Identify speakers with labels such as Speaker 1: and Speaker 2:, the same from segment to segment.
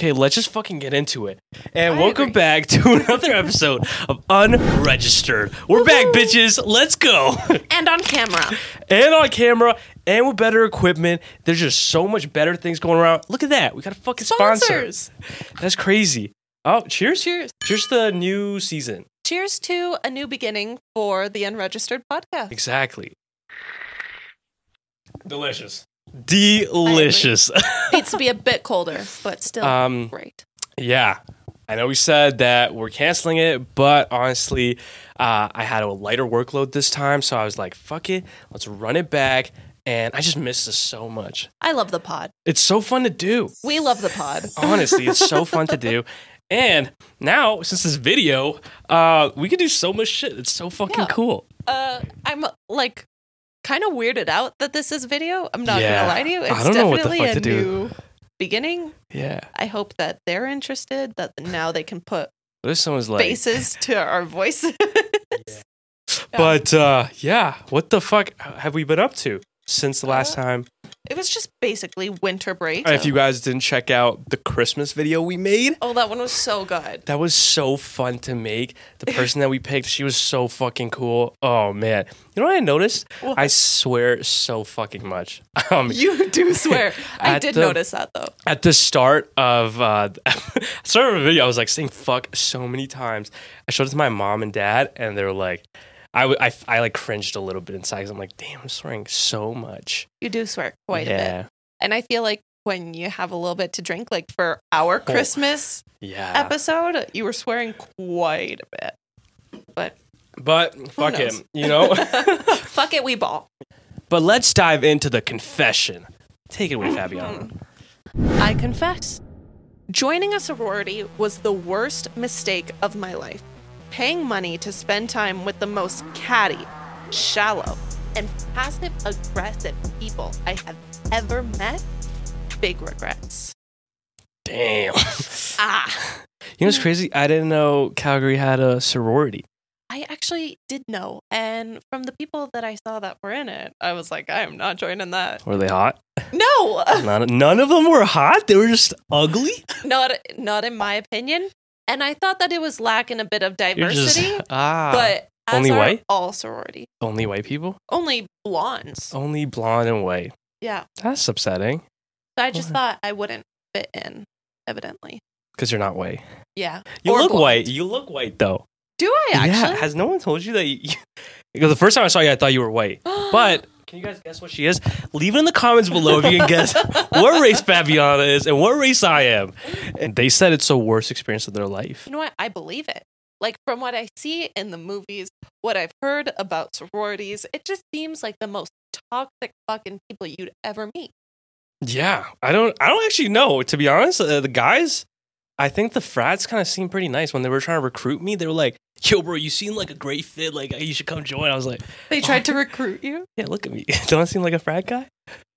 Speaker 1: Okay, let's just fucking get into it. And welcome back to another episode of Unregistered. We're back,
Speaker 2: Woohoo!
Speaker 1: bitches. Let's go.
Speaker 2: and on camera.
Speaker 1: and on camera, and with better equipment. There's just so much better things going around. Look at that. We got a fucking sponsor.
Speaker 2: Sponsors.
Speaker 1: That's crazy. Oh, cheers.
Speaker 2: Cheers.
Speaker 1: Cheers to the new season.
Speaker 2: Cheers to a new beginning for the unregistered podcast.
Speaker 1: Exactly. Delicious. Delicious.
Speaker 2: Needs to be a bit colder, but still
Speaker 1: Um,
Speaker 2: great.
Speaker 1: Yeah. I know we said that we're canceling it, but honestly, uh, I had a lighter workload this time. So I was like, fuck it, let's run it back. And I just miss this so much.
Speaker 2: I love the pod.
Speaker 1: It's so fun to do.
Speaker 2: We love the pod.
Speaker 1: Honestly, it's so fun to do. And now, since this video, uh, we can do so much shit. It's so fucking
Speaker 2: Yeah.
Speaker 1: cool.
Speaker 2: Uh, I'm like kind of weirded out that this is video. I'm not
Speaker 1: Yeah.
Speaker 2: gonna lie to you. It's
Speaker 1: I don't know what the
Speaker 2: definitely
Speaker 1: fuck to
Speaker 2: a
Speaker 1: do.
Speaker 2: new beginning.
Speaker 1: Yeah.
Speaker 2: I hope that they're interested. That now they can put
Speaker 1: What if someone's like,
Speaker 2: faces to our voices.
Speaker 1: but uh, yeah, what the fuck have we been up to since the last
Speaker 2: Uh,
Speaker 1: time?
Speaker 2: it was just basically winter break.
Speaker 1: If you guys didn't check out the Christmas video we made,
Speaker 2: oh, that one was so good.
Speaker 1: That was so fun to make. The person that we picked, she was so fucking cool. Oh man. You know what I noticed?
Speaker 2: What?
Speaker 1: I swear so fucking much. Um,
Speaker 2: You do swear. I
Speaker 1: At
Speaker 2: did
Speaker 1: the-
Speaker 2: notice that though.
Speaker 1: at the start of uh start of the video, I was like saying fuck so many times. I showed it to my mom and dad and they were like I, w- I f- I, like cringed a little bit inside 'cause I'm like, damn, I'm swearing so much.
Speaker 2: You do swear quite a
Speaker 1: yeah.
Speaker 2: bit. And I feel like when you have a little bit to drink, like for our Christmas
Speaker 1: Oh, Yeah.
Speaker 2: episode, you were swearing quite a bit.
Speaker 1: but fuck
Speaker 2: knows?
Speaker 1: him, you know?
Speaker 2: Fuck it, we ball.
Speaker 1: but let's dive into the confession. Take it away,
Speaker 2: Mm-hmm.
Speaker 1: Fabiana.
Speaker 2: I confess. Joining a sorority was the worst mistake of my life. Paying money to spend time with the most catty, shallow, and passive aggressive people I have ever met, big regrets.
Speaker 1: Damn.
Speaker 2: Ah.
Speaker 1: You know what's crazy? I didn't know Calgary had a sorority.
Speaker 2: I actually did know. And from the people that I saw that were in it, I was like, I am not joining that.
Speaker 1: Were they hot?
Speaker 2: No,
Speaker 1: None, none of them were hot. They were just ugly.
Speaker 2: not not in my opinion. And I thought that it was lacking a bit of
Speaker 1: You're just
Speaker 2: diversity,
Speaker 1: ah,
Speaker 2: but as
Speaker 1: Only
Speaker 2: are
Speaker 1: white?
Speaker 2: all sorority,
Speaker 1: only white people,
Speaker 2: only blondes.
Speaker 1: only blonde and white.
Speaker 2: Yeah,
Speaker 1: That's upsetting
Speaker 2: so I just
Speaker 1: Why?
Speaker 2: thought I wouldn't fit in. Evidently,
Speaker 1: because you're not white.
Speaker 2: yeah.
Speaker 1: You
Speaker 2: Or
Speaker 1: look
Speaker 2: blonde.
Speaker 1: white. You look white though.
Speaker 2: Do I
Speaker 1: Yeah.
Speaker 2: actually?
Speaker 1: Has no one told you that? You, because the first time I saw you, I thought you were white. But can you guys guess what she is? Leave it in the comments below if you can guess what race Fabiana is and what race I am. And they said it's the worst experience of their life.
Speaker 2: you know what? I believe it. Like from what I see in the movies, what I've heard about sororities, it just seems like the most toxic fucking people you'd ever meet.
Speaker 1: Yeah, I don't. I don't actually know. To be honest, uh, the guys, I think the frats kind of seemed pretty nice when they were trying to recruit me. They were like, "Yo, bro, you seem like a great fit. Like, you should come join." I was like,
Speaker 2: They tried to recruit you.
Speaker 1: "Yeah, look at me. don't I seem like a frat guy?"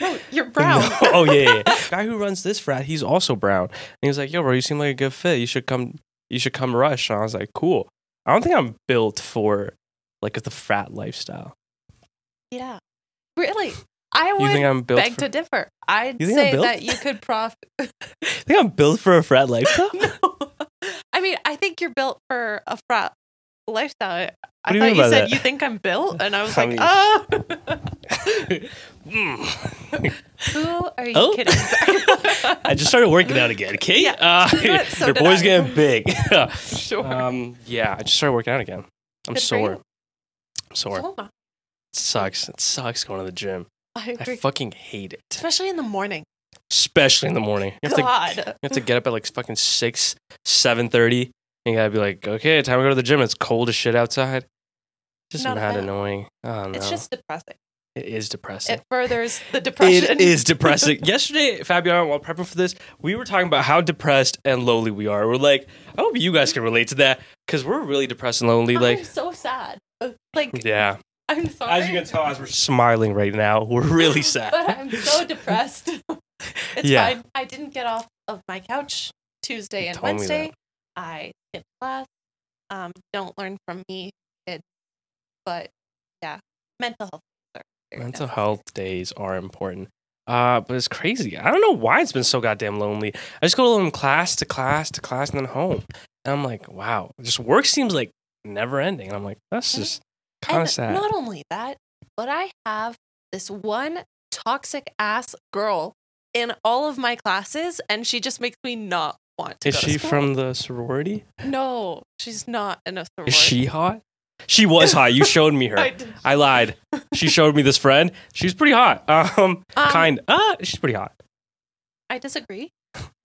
Speaker 2: No, you're brown.
Speaker 1: No. Oh yeah, yeah, yeah. guy who runs this frat, he's also brown, and he was like, "Yo, bro, you seem like a good fit. You should come. You should come rush." And I was like, "Cool. I don't think I'm built for like the frat lifestyle.
Speaker 2: Yeah. Really? I
Speaker 1: You think
Speaker 2: would
Speaker 1: I'm built?
Speaker 2: beg
Speaker 1: For,
Speaker 2: to differ. I'd
Speaker 1: You think I'm
Speaker 2: say
Speaker 1: built?
Speaker 2: that you could prof.
Speaker 1: think I'm built for a frat lifestyle?
Speaker 2: no. I mean, I think you're built for a frat lifestyle.
Speaker 1: What do
Speaker 2: I
Speaker 1: you
Speaker 2: thought
Speaker 1: mean
Speaker 2: you
Speaker 1: by
Speaker 2: said
Speaker 1: that?
Speaker 2: you think I'm built, and I was
Speaker 1: I
Speaker 2: like,
Speaker 1: mean-
Speaker 2: oh, Hmm.
Speaker 1: Mm.
Speaker 2: who are you
Speaker 1: Oh.
Speaker 2: kidding?
Speaker 1: I just started working out again, Kate.
Speaker 2: Yeah.
Speaker 1: Uh,
Speaker 2: You know what? So
Speaker 1: your
Speaker 2: did
Speaker 1: boy's
Speaker 2: I.
Speaker 1: getting big.
Speaker 2: sure.
Speaker 1: um, yeah, I just started working out again. I'm
Speaker 2: Good for
Speaker 1: sore.
Speaker 2: you.
Speaker 1: I'm sore. It
Speaker 2: Hold on.
Speaker 1: sucks. It sucks going to the gym.
Speaker 2: I agree.
Speaker 1: I fucking hate it,
Speaker 2: Especially in the morning.
Speaker 1: especially in the morning. You have, to,
Speaker 2: God.
Speaker 1: you have to get up at like fucking six, seven thirty, and you gotta be like, okay, time to go to the gym. It's cold as shit outside. Just
Speaker 2: Not
Speaker 1: mad
Speaker 2: bad.
Speaker 1: annoying. Oh no,
Speaker 2: It's just depressing.
Speaker 1: it is depressing.
Speaker 2: It furthers the depression.
Speaker 1: It is depressing. Yesterday, Fabiana, while prepping for this, we were talking about how depressed and lonely we are. We're like, I hope you guys can relate to that because we're really depressed and lonely.
Speaker 2: I'm
Speaker 1: Like,
Speaker 2: so sad. Uh, Like,
Speaker 1: yeah.
Speaker 2: I'm sorry.
Speaker 1: As you can tell, as we're smiling right now, we're really sad.
Speaker 2: but I'm so depressed. it's
Speaker 1: Yeah.
Speaker 2: fine. I didn't get off of my couch Tuesday
Speaker 1: You
Speaker 2: and
Speaker 1: told me that.
Speaker 2: Wednesday. I skipped class. Um, don't learn from me, kid. But yeah, mental health. is very
Speaker 1: Mental
Speaker 2: necessary.
Speaker 1: health days are important. Uh, but it's crazy. I don't know why it's been so goddamn lonely. I just go from class to class to class and then home. And I'm like, wow, just work seems like never ending. And I'm like, that's just kind of
Speaker 2: And
Speaker 1: sad.
Speaker 2: Not only that, but I have this one toxic ass girl in all of my classes, and she just makes me not want to.
Speaker 1: Is
Speaker 2: go to
Speaker 1: she
Speaker 2: school.
Speaker 1: from the sorority?
Speaker 2: No, she's not in a sorority.
Speaker 1: Is she hot? She was hot. You showed me her.
Speaker 2: I
Speaker 1: I,
Speaker 2: did-
Speaker 1: lied. She showed me this friend. She's pretty hot. Um,
Speaker 2: Um,
Speaker 1: kind. Ah, she's pretty hot.
Speaker 2: I disagree,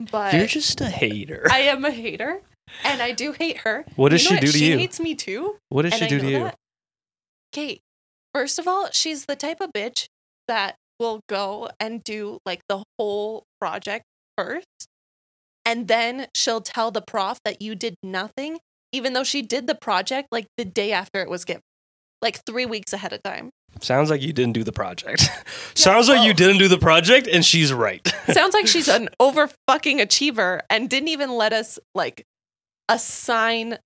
Speaker 2: but
Speaker 1: You're just a hater.
Speaker 2: I am a hater, and I do hate her.
Speaker 1: what does
Speaker 2: You
Speaker 1: she
Speaker 2: know
Speaker 1: do to you?
Speaker 2: She hates me too.
Speaker 1: what does she
Speaker 2: and
Speaker 1: do
Speaker 2: I know
Speaker 1: to you?
Speaker 2: That. Kate, first of all, she's the type of bitch that will go and do like the whole project first. And then she'll tell the prof that you did nothing, even though she did the project like the day after it was given, like three weeks ahead of time.
Speaker 1: Sounds like you didn't do the project. Sounds like you
Speaker 2: well-
Speaker 1: didn't do the project, and she's right.
Speaker 2: Sounds like she's an over fucking achiever and didn't even let us like assign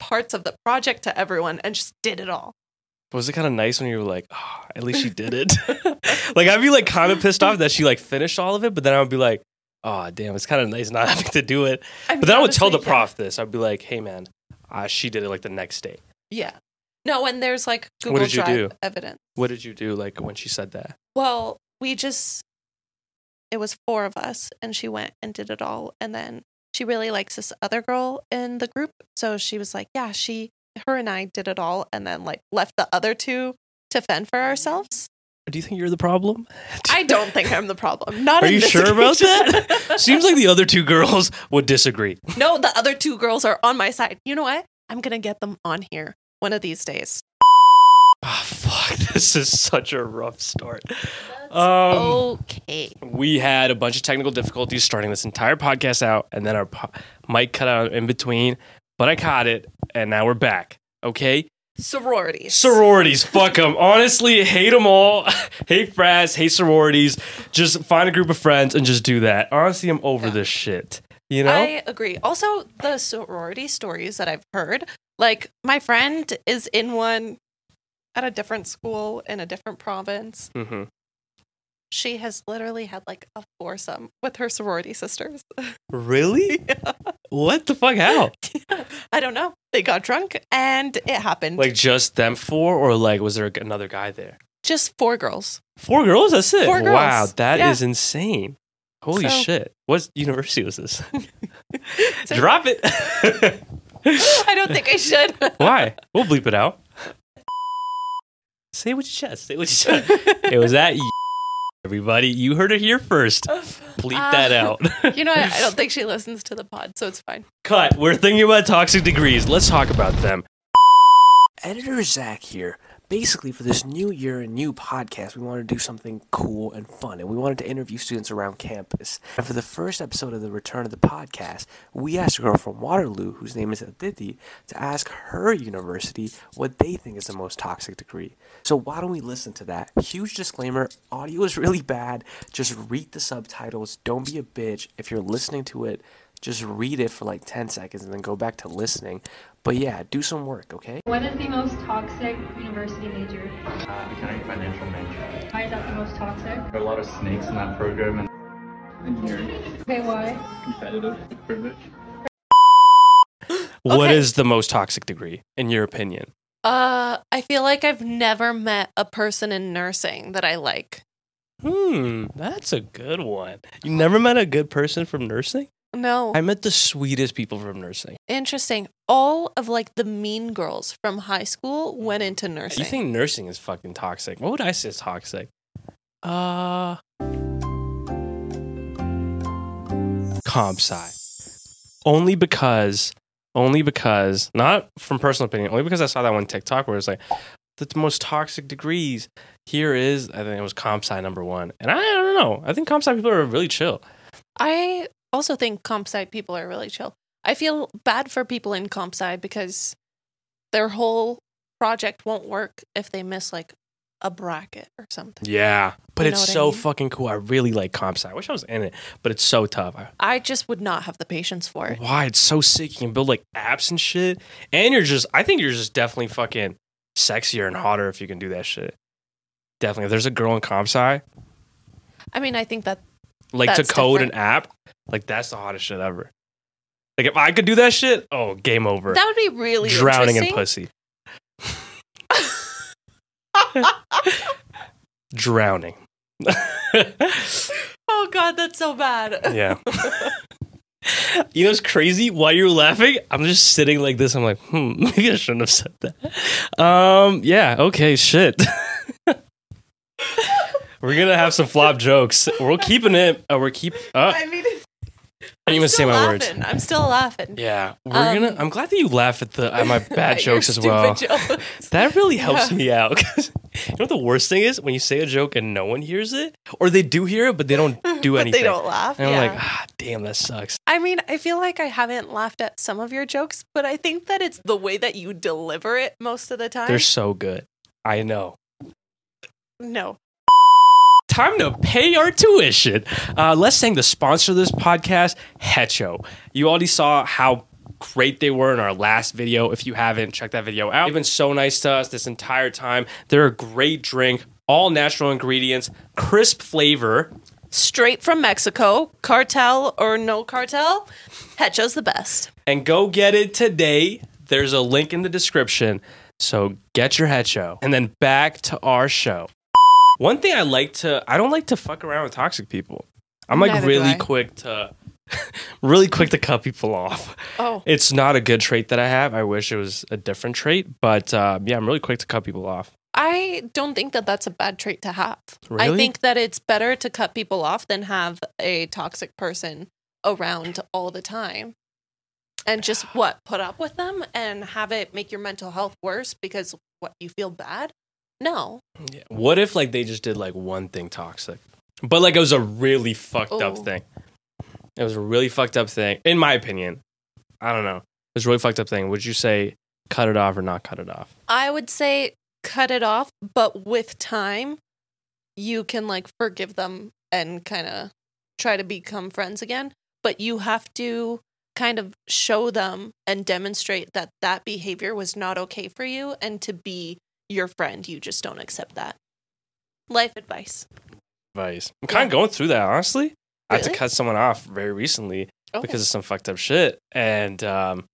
Speaker 2: parts of the project to everyone and just did it all.
Speaker 1: was it kind of nice when you were like, oh, at least she did it? like I'd be like kind of pissed off that she like finished all of it, but then I would be like, oh damn, it's kind of nice not having to do it. But then I would tell the
Speaker 2: prof.
Speaker 1: prof this. I'd be like, hey man, uh, she did it like the next day.
Speaker 2: Yeah. No, and there's like Google
Speaker 1: What did you do?
Speaker 2: Drive evidence.
Speaker 1: What did you do like when she said that?
Speaker 2: Well, we just it was four of us and she went and did it all and then she really likes this other girl in the group, so she was like, "Yeah, she her and I did it all and then like left the other two to fend for ourselves."
Speaker 1: Do you think you're the problem?
Speaker 2: I don't think I'm the problem. Not
Speaker 1: Are
Speaker 2: in
Speaker 1: you
Speaker 2: this
Speaker 1: sure about
Speaker 2: occasion.
Speaker 1: Seems like the other two girls would disagree.
Speaker 2: No, the other two girls are on my side. You know what? I'm going to get them on here one of these days.
Speaker 1: Oh, fuck, this is such a rough start. Um,
Speaker 2: okay.
Speaker 1: we had a bunch of technical difficulties starting this entire podcast out, and then our po- mic cut out in between, but I caught it, and now we're back. Okay,
Speaker 2: Sororities.
Speaker 1: sororities, fuck them. Honestly, hate them all. hate frats, hate sororities. Just find a group of friends and just do that. Honestly, I'm over this shit. You know,
Speaker 2: I agree. Also, the sorority stories that I've heard, like my friend is in one at a different school in a different province.
Speaker 1: mm-hmm.
Speaker 2: She has literally had like a foursome with her sorority sisters.
Speaker 1: really? What the fuck? How?
Speaker 2: I don't know. They got drunk and it happened.
Speaker 1: Like just them four, or like was there another guy there?
Speaker 2: just four girls.
Speaker 1: Four girls. That's it.
Speaker 2: Four girls.
Speaker 1: Wow, that is
Speaker 2: Yeah.
Speaker 1: insane. Holy
Speaker 2: So-
Speaker 1: shit! What university was this?
Speaker 2: So-
Speaker 1: Drop it.
Speaker 2: I don't think I should.
Speaker 1: Why? We'll bleep it out. Say what you chest. Say what you chest. it was that. Everybody, you heard it here first. Bleep that
Speaker 2: Uh,
Speaker 1: out.
Speaker 2: You know, what? I don't think she listens to the pod, so it's fine.
Speaker 1: Cut. We're thinking about toxic degrees. Let's talk about them. Editor Zach here.
Speaker 3: basically for this new year and new podcast we wanted to do something cool and fun and we wanted to interview students around campus and for the first episode of the return of the podcast we asked a girl from waterloo whose name is aditi to ask her university what they think is the most toxic degree so why don't we listen to that huge disclaimer audio is really bad just read the subtitles don't be a bitch if you're listening to it just read it for like 10 seconds and then go back to listening but yeah do some work okay
Speaker 4: What is the most toxic university major?
Speaker 5: uh, accounting financial major.
Speaker 4: Why is that the most toxic?
Speaker 5: There are a lot of snakes in that program and engineering
Speaker 4: Okay, why?
Speaker 5: competitive pretty much.
Speaker 1: What
Speaker 2: Okay.
Speaker 1: is the most toxic degree, in your opinion?
Speaker 2: Uh, I feel like I've never met a person in nursing that I like.
Speaker 1: Hmm, that's a good one. You never met a good person from nursing?
Speaker 2: No.
Speaker 1: I met the sweetest people from nursing.
Speaker 2: Interesting. All of like the mean girls from high school went into nursing.
Speaker 1: Mm. You think nursing is fucking toxic? What would I say is toxic? Uh, comp sci. Only because, only because, not from personal opinion, only because I saw that one TikTok where it's like the most toxic degrees. Here is, I think it was comp sci number one, and I, don't know. I think comp sci people are really chill.
Speaker 2: I also think comp sci people are really chill. I feel bad for people in comp sci because their whole project won't work if they miss like a bracket or something.
Speaker 1: Yeah, but
Speaker 2: You know
Speaker 1: it's
Speaker 2: what I
Speaker 1: so
Speaker 2: mean?
Speaker 1: fucking cool. I really like comp sci. I wish I was in it, but it's so tough. I,
Speaker 2: I just would not have the patience for it.
Speaker 1: Why it's so sick? You can build like apps and shit, and you're just. I think you're just definitely fucking sexier and hotter if you can do that shit. Definitely, if there's a girl in comp sci,
Speaker 2: I mean, I think that
Speaker 1: Like
Speaker 2: That's
Speaker 1: to code
Speaker 2: different.
Speaker 1: an app, like that's the hottest shit ever. Like if I could do that shit, oh, game over.
Speaker 2: that would be really
Speaker 1: Drowning in
Speaker 2: interesting.
Speaker 1: pussy. Drowning.
Speaker 2: Oh god, that's so bad.
Speaker 1: yeah. you know what's crazy? While you're laughing, I'm just sitting like this. I'm like, hmm, maybe I shouldn't have said that. Um, yeah, okay, shit. we're gonna have some flop jokes. We're keeping it. Uh, we're keep. Uh, I
Speaker 2: I mean,
Speaker 1: didn't even say my words.
Speaker 2: laughing. I'm still laughing.
Speaker 1: Yeah, we're
Speaker 2: Um,
Speaker 1: gonna. I'm glad that you laugh at the at my bad
Speaker 2: At your
Speaker 1: jokes as
Speaker 2: stupid
Speaker 1: well.
Speaker 2: jokes.
Speaker 1: That really helps
Speaker 2: Yeah.
Speaker 1: me out. 'cause you know what the worst thing is when you say a joke and no one hears it, or they do hear it but they don't do
Speaker 2: but
Speaker 1: anything.
Speaker 2: they don't laugh.
Speaker 1: and
Speaker 2: yeah.
Speaker 1: I'm like, ah, damn, that sucks.
Speaker 2: I mean, I feel like I haven't laughed at some of your jokes, but I think that it's the way that you deliver it most of the time.
Speaker 1: They're so good. I know.
Speaker 2: no.
Speaker 1: Time to pay our tuition. Uh, let's thank the sponsor of this podcast, Hecho. You already saw how great they were in our last video. If you haven't, check that video out. They've been so nice to us this entire time. They're a great drink, all natural ingredients, crisp flavor.
Speaker 2: Straight from Mexico, cartel or no cartel, Hecho's the best.
Speaker 1: and go get it today. There's a link in the description. So get your head show. And then back to our show. One thing I like to I don't like to fuck around with toxic people. I'm like
Speaker 2: Neither do
Speaker 1: really
Speaker 2: I.
Speaker 1: quick to really quick to cut people off.
Speaker 2: Oh.
Speaker 1: It's not a good trait that I have. I wish it was a different trait, but uh, yeah, I'm really quick to cut people off.
Speaker 2: I don't think that that's a bad trait to have. I
Speaker 1: Really?
Speaker 2: think that it's better to cut people off than have a toxic person around all the time. And just what? Put up with them and have it make your mental health worse because what you feel bad? No.
Speaker 1: Yeah. What if like they just did like one thing toxic, but like it was a really fucked up
Speaker 2: Ooh.
Speaker 1: thing. It was a really fucked up thing, in my opinion. I don't know. It was a really fucked up thing. Would you say cut it off or not cut it off?
Speaker 2: I would say cut it off, but with time, you can like forgive them and kind of try to become friends again. But you have to kind of show them and demonstrate that that behavior was not okay for you and to be your friend. You just don't accept that. Life advice.
Speaker 1: Advice. I'm kind of going through that honestly. I had to
Speaker 2: Really? Oh.
Speaker 1: cut someone off very recently
Speaker 2: Okay.
Speaker 1: because of some fucked up shit, and um,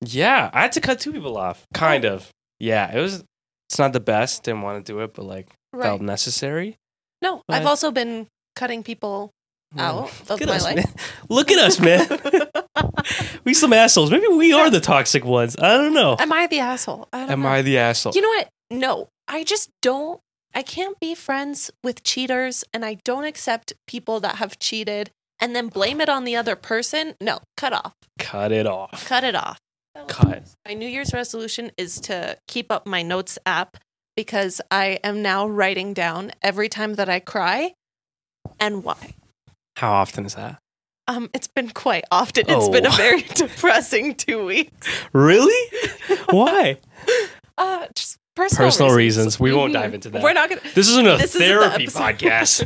Speaker 1: yeah, I had to cut two people off. Kind
Speaker 2: Oh.
Speaker 1: of. Yeah, it was. It's not the best. Didn't want to do it, but like felt
Speaker 2: right.
Speaker 1: necessary.
Speaker 2: No, I've
Speaker 1: Right.
Speaker 2: also been cutting people out of
Speaker 1: Look at
Speaker 2: my
Speaker 1: us,
Speaker 2: life.
Speaker 1: man. Look at us, man. we some assholes. Maybe we are the toxic ones. I don't know.
Speaker 2: Am I the asshole? I don't
Speaker 1: Am
Speaker 2: know.
Speaker 1: I the asshole?
Speaker 2: You know what? No, I just don't. I can't be friends with cheaters and I don't accept people that have cheated and then blame it on the other person. No, cut off.
Speaker 1: Cut it off.
Speaker 2: Cut it off.
Speaker 1: Cut.
Speaker 2: My New Year's resolution is to keep up my notes app because I am now writing down every time that I cry and why.
Speaker 1: How often is that?
Speaker 2: Um, it's been quite often. It's been a
Speaker 1: Oh.
Speaker 2: very depressing two weeks.
Speaker 1: Really? Why?
Speaker 2: Uh, just personal,
Speaker 1: Personal reasons. We won't
Speaker 2: Mhm.
Speaker 1: dive into that.
Speaker 2: We're not gonna.
Speaker 1: this isn't a
Speaker 2: this isn't the
Speaker 1: therapy
Speaker 2: episode.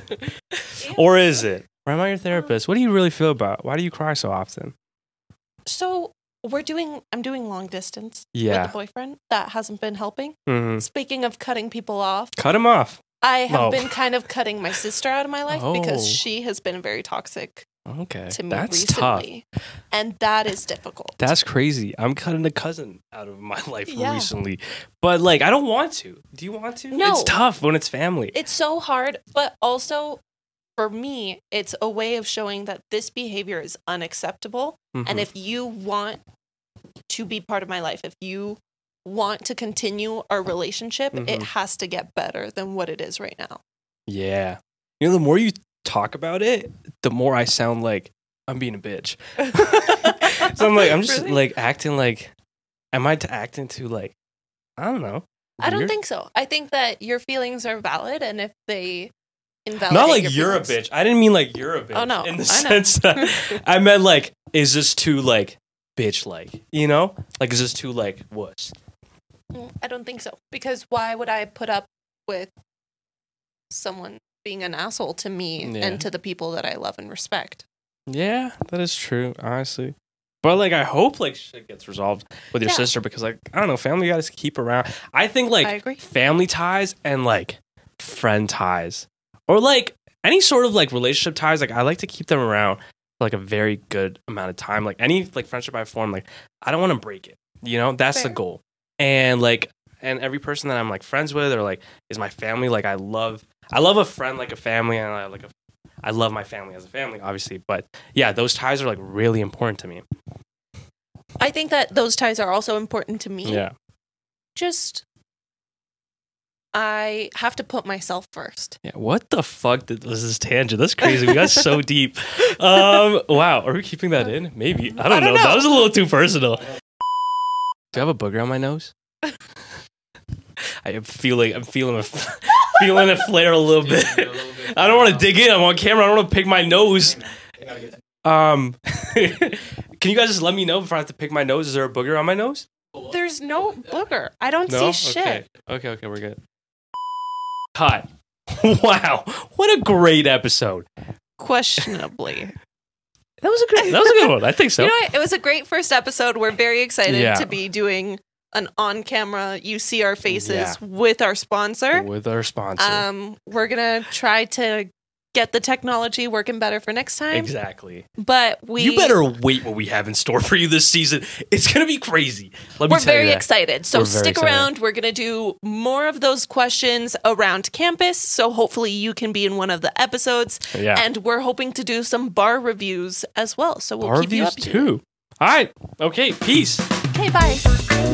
Speaker 1: podcast. or is it? Or am I your therapist? What do you really feel about? Why do you cry so often?
Speaker 2: So we're doing. I'm doing long distance. with
Speaker 1: Yeah.
Speaker 2: a boyfriend that hasn't been helping.
Speaker 1: hmm
Speaker 2: Speaking of cutting people off,
Speaker 1: Cut him off.
Speaker 2: I have
Speaker 1: Oh.
Speaker 2: been kind of cutting my sister out of my life because
Speaker 1: Oh.
Speaker 2: she has been very toxic
Speaker 1: Okay.
Speaker 2: to me
Speaker 1: That's tough.
Speaker 2: recently. And that is difficult.
Speaker 1: That's crazy. I'm cutting a cousin out of my life
Speaker 2: Yeah.
Speaker 1: recently. But like I don't want to. Do you want to?
Speaker 2: No.
Speaker 1: It's tough when it's family.
Speaker 2: it's so hard, but also for me, it's a way of showing that this behavior is unacceptable. And
Speaker 1: Mhm.
Speaker 2: if you want to be part of my life, if you want to continue our relationship, it
Speaker 1: Mhm.
Speaker 2: has to get better than what it is right now.
Speaker 1: Yeah. You know, the more you talk about it, the more I sound like I'm being a bitch. So I'm like, I'm just
Speaker 2: Really?
Speaker 1: like acting like, am I to act into like, I don't know.
Speaker 2: I don't
Speaker 1: weird?
Speaker 2: think so. I think that your feelings are valid, and if they invalidate,
Speaker 1: Not like
Speaker 2: your
Speaker 1: you're a bitch.
Speaker 2: feelings-
Speaker 1: I didn't mean like you're a bitch.
Speaker 2: Oh, no.
Speaker 1: In the
Speaker 2: I know.
Speaker 1: sense that I meant like, is this too like bitch like? You know? Like, is this too like wuss?
Speaker 2: Mm, I don't think so. Because why would I put up with someone being an asshole to me
Speaker 1: Yeah.
Speaker 2: and to the people that I love and respect?
Speaker 1: Yeah, that is true, honestly. But like, I hope like shit gets resolved with your
Speaker 2: Yeah.
Speaker 1: sister because like I don't know, family you gotta keep around. I think like
Speaker 2: I agree.
Speaker 1: family ties and like friend ties, or like any sort of like relationship ties, like I like to keep them around for like a very good amount of time. Like any like friendship I form, like I don't want to break it. You know, that's
Speaker 2: Fair.
Speaker 1: the goal. And like, and every person that I'm like friends with or like is my family. Like I love, I love a friend like a family, and I like a, I love my family as a family, obviously. But yeah, those ties are like really important to me.
Speaker 2: I think that those ties are also important to me.
Speaker 1: Yeah,
Speaker 2: Just, I have to put myself first.
Speaker 1: yeah. What the fuck did, was this tangent? That's crazy. We got so deep. Um, wow. Are we keeping that in? Maybe. I don't,
Speaker 2: I
Speaker 1: know.
Speaker 2: don't
Speaker 1: That
Speaker 2: know.
Speaker 1: was a little too personal. Do I have a booger on my nose? I am feeling. I'm feeling. A, feeling it flare a little bit. I don't want to dig in. I'm on camera. I don't want to pick my nose. Um, can you guys just let me know if I have to pick my nose? Is there a booger on my nose?
Speaker 2: There's no booger. I don't
Speaker 1: No.
Speaker 2: see shit.
Speaker 1: Okay. Okay. Okay. We're good. Cut. Wow. What a great episode.
Speaker 2: Questionably.
Speaker 1: That was a great. That was a good one. I think so.
Speaker 2: You know what? It was a great first episode. We're very excited
Speaker 1: Yeah.
Speaker 2: to be doing an on camera, you see our faces
Speaker 1: Yeah.
Speaker 2: with our sponsor.
Speaker 1: With our sponsor.
Speaker 2: Um, we're going to try to get the technology working better for next time.
Speaker 1: exactly.
Speaker 2: But we.
Speaker 1: you better wait what we have in store for you this season. It's gonna be crazy. Let me
Speaker 2: We're
Speaker 1: tell
Speaker 2: very
Speaker 1: you that.
Speaker 2: excited. So
Speaker 1: We're very
Speaker 2: stick
Speaker 1: excited.
Speaker 2: around. We're going to do more of those questions around campus. So hopefully you can be in one of the episodes.
Speaker 1: Yeah.
Speaker 2: And we're hoping to do some bar reviews as well. So we'll
Speaker 1: Our
Speaker 2: keep you
Speaker 1: views
Speaker 2: up.
Speaker 1: too. All right. Okay. Peace.
Speaker 2: Okay, bye.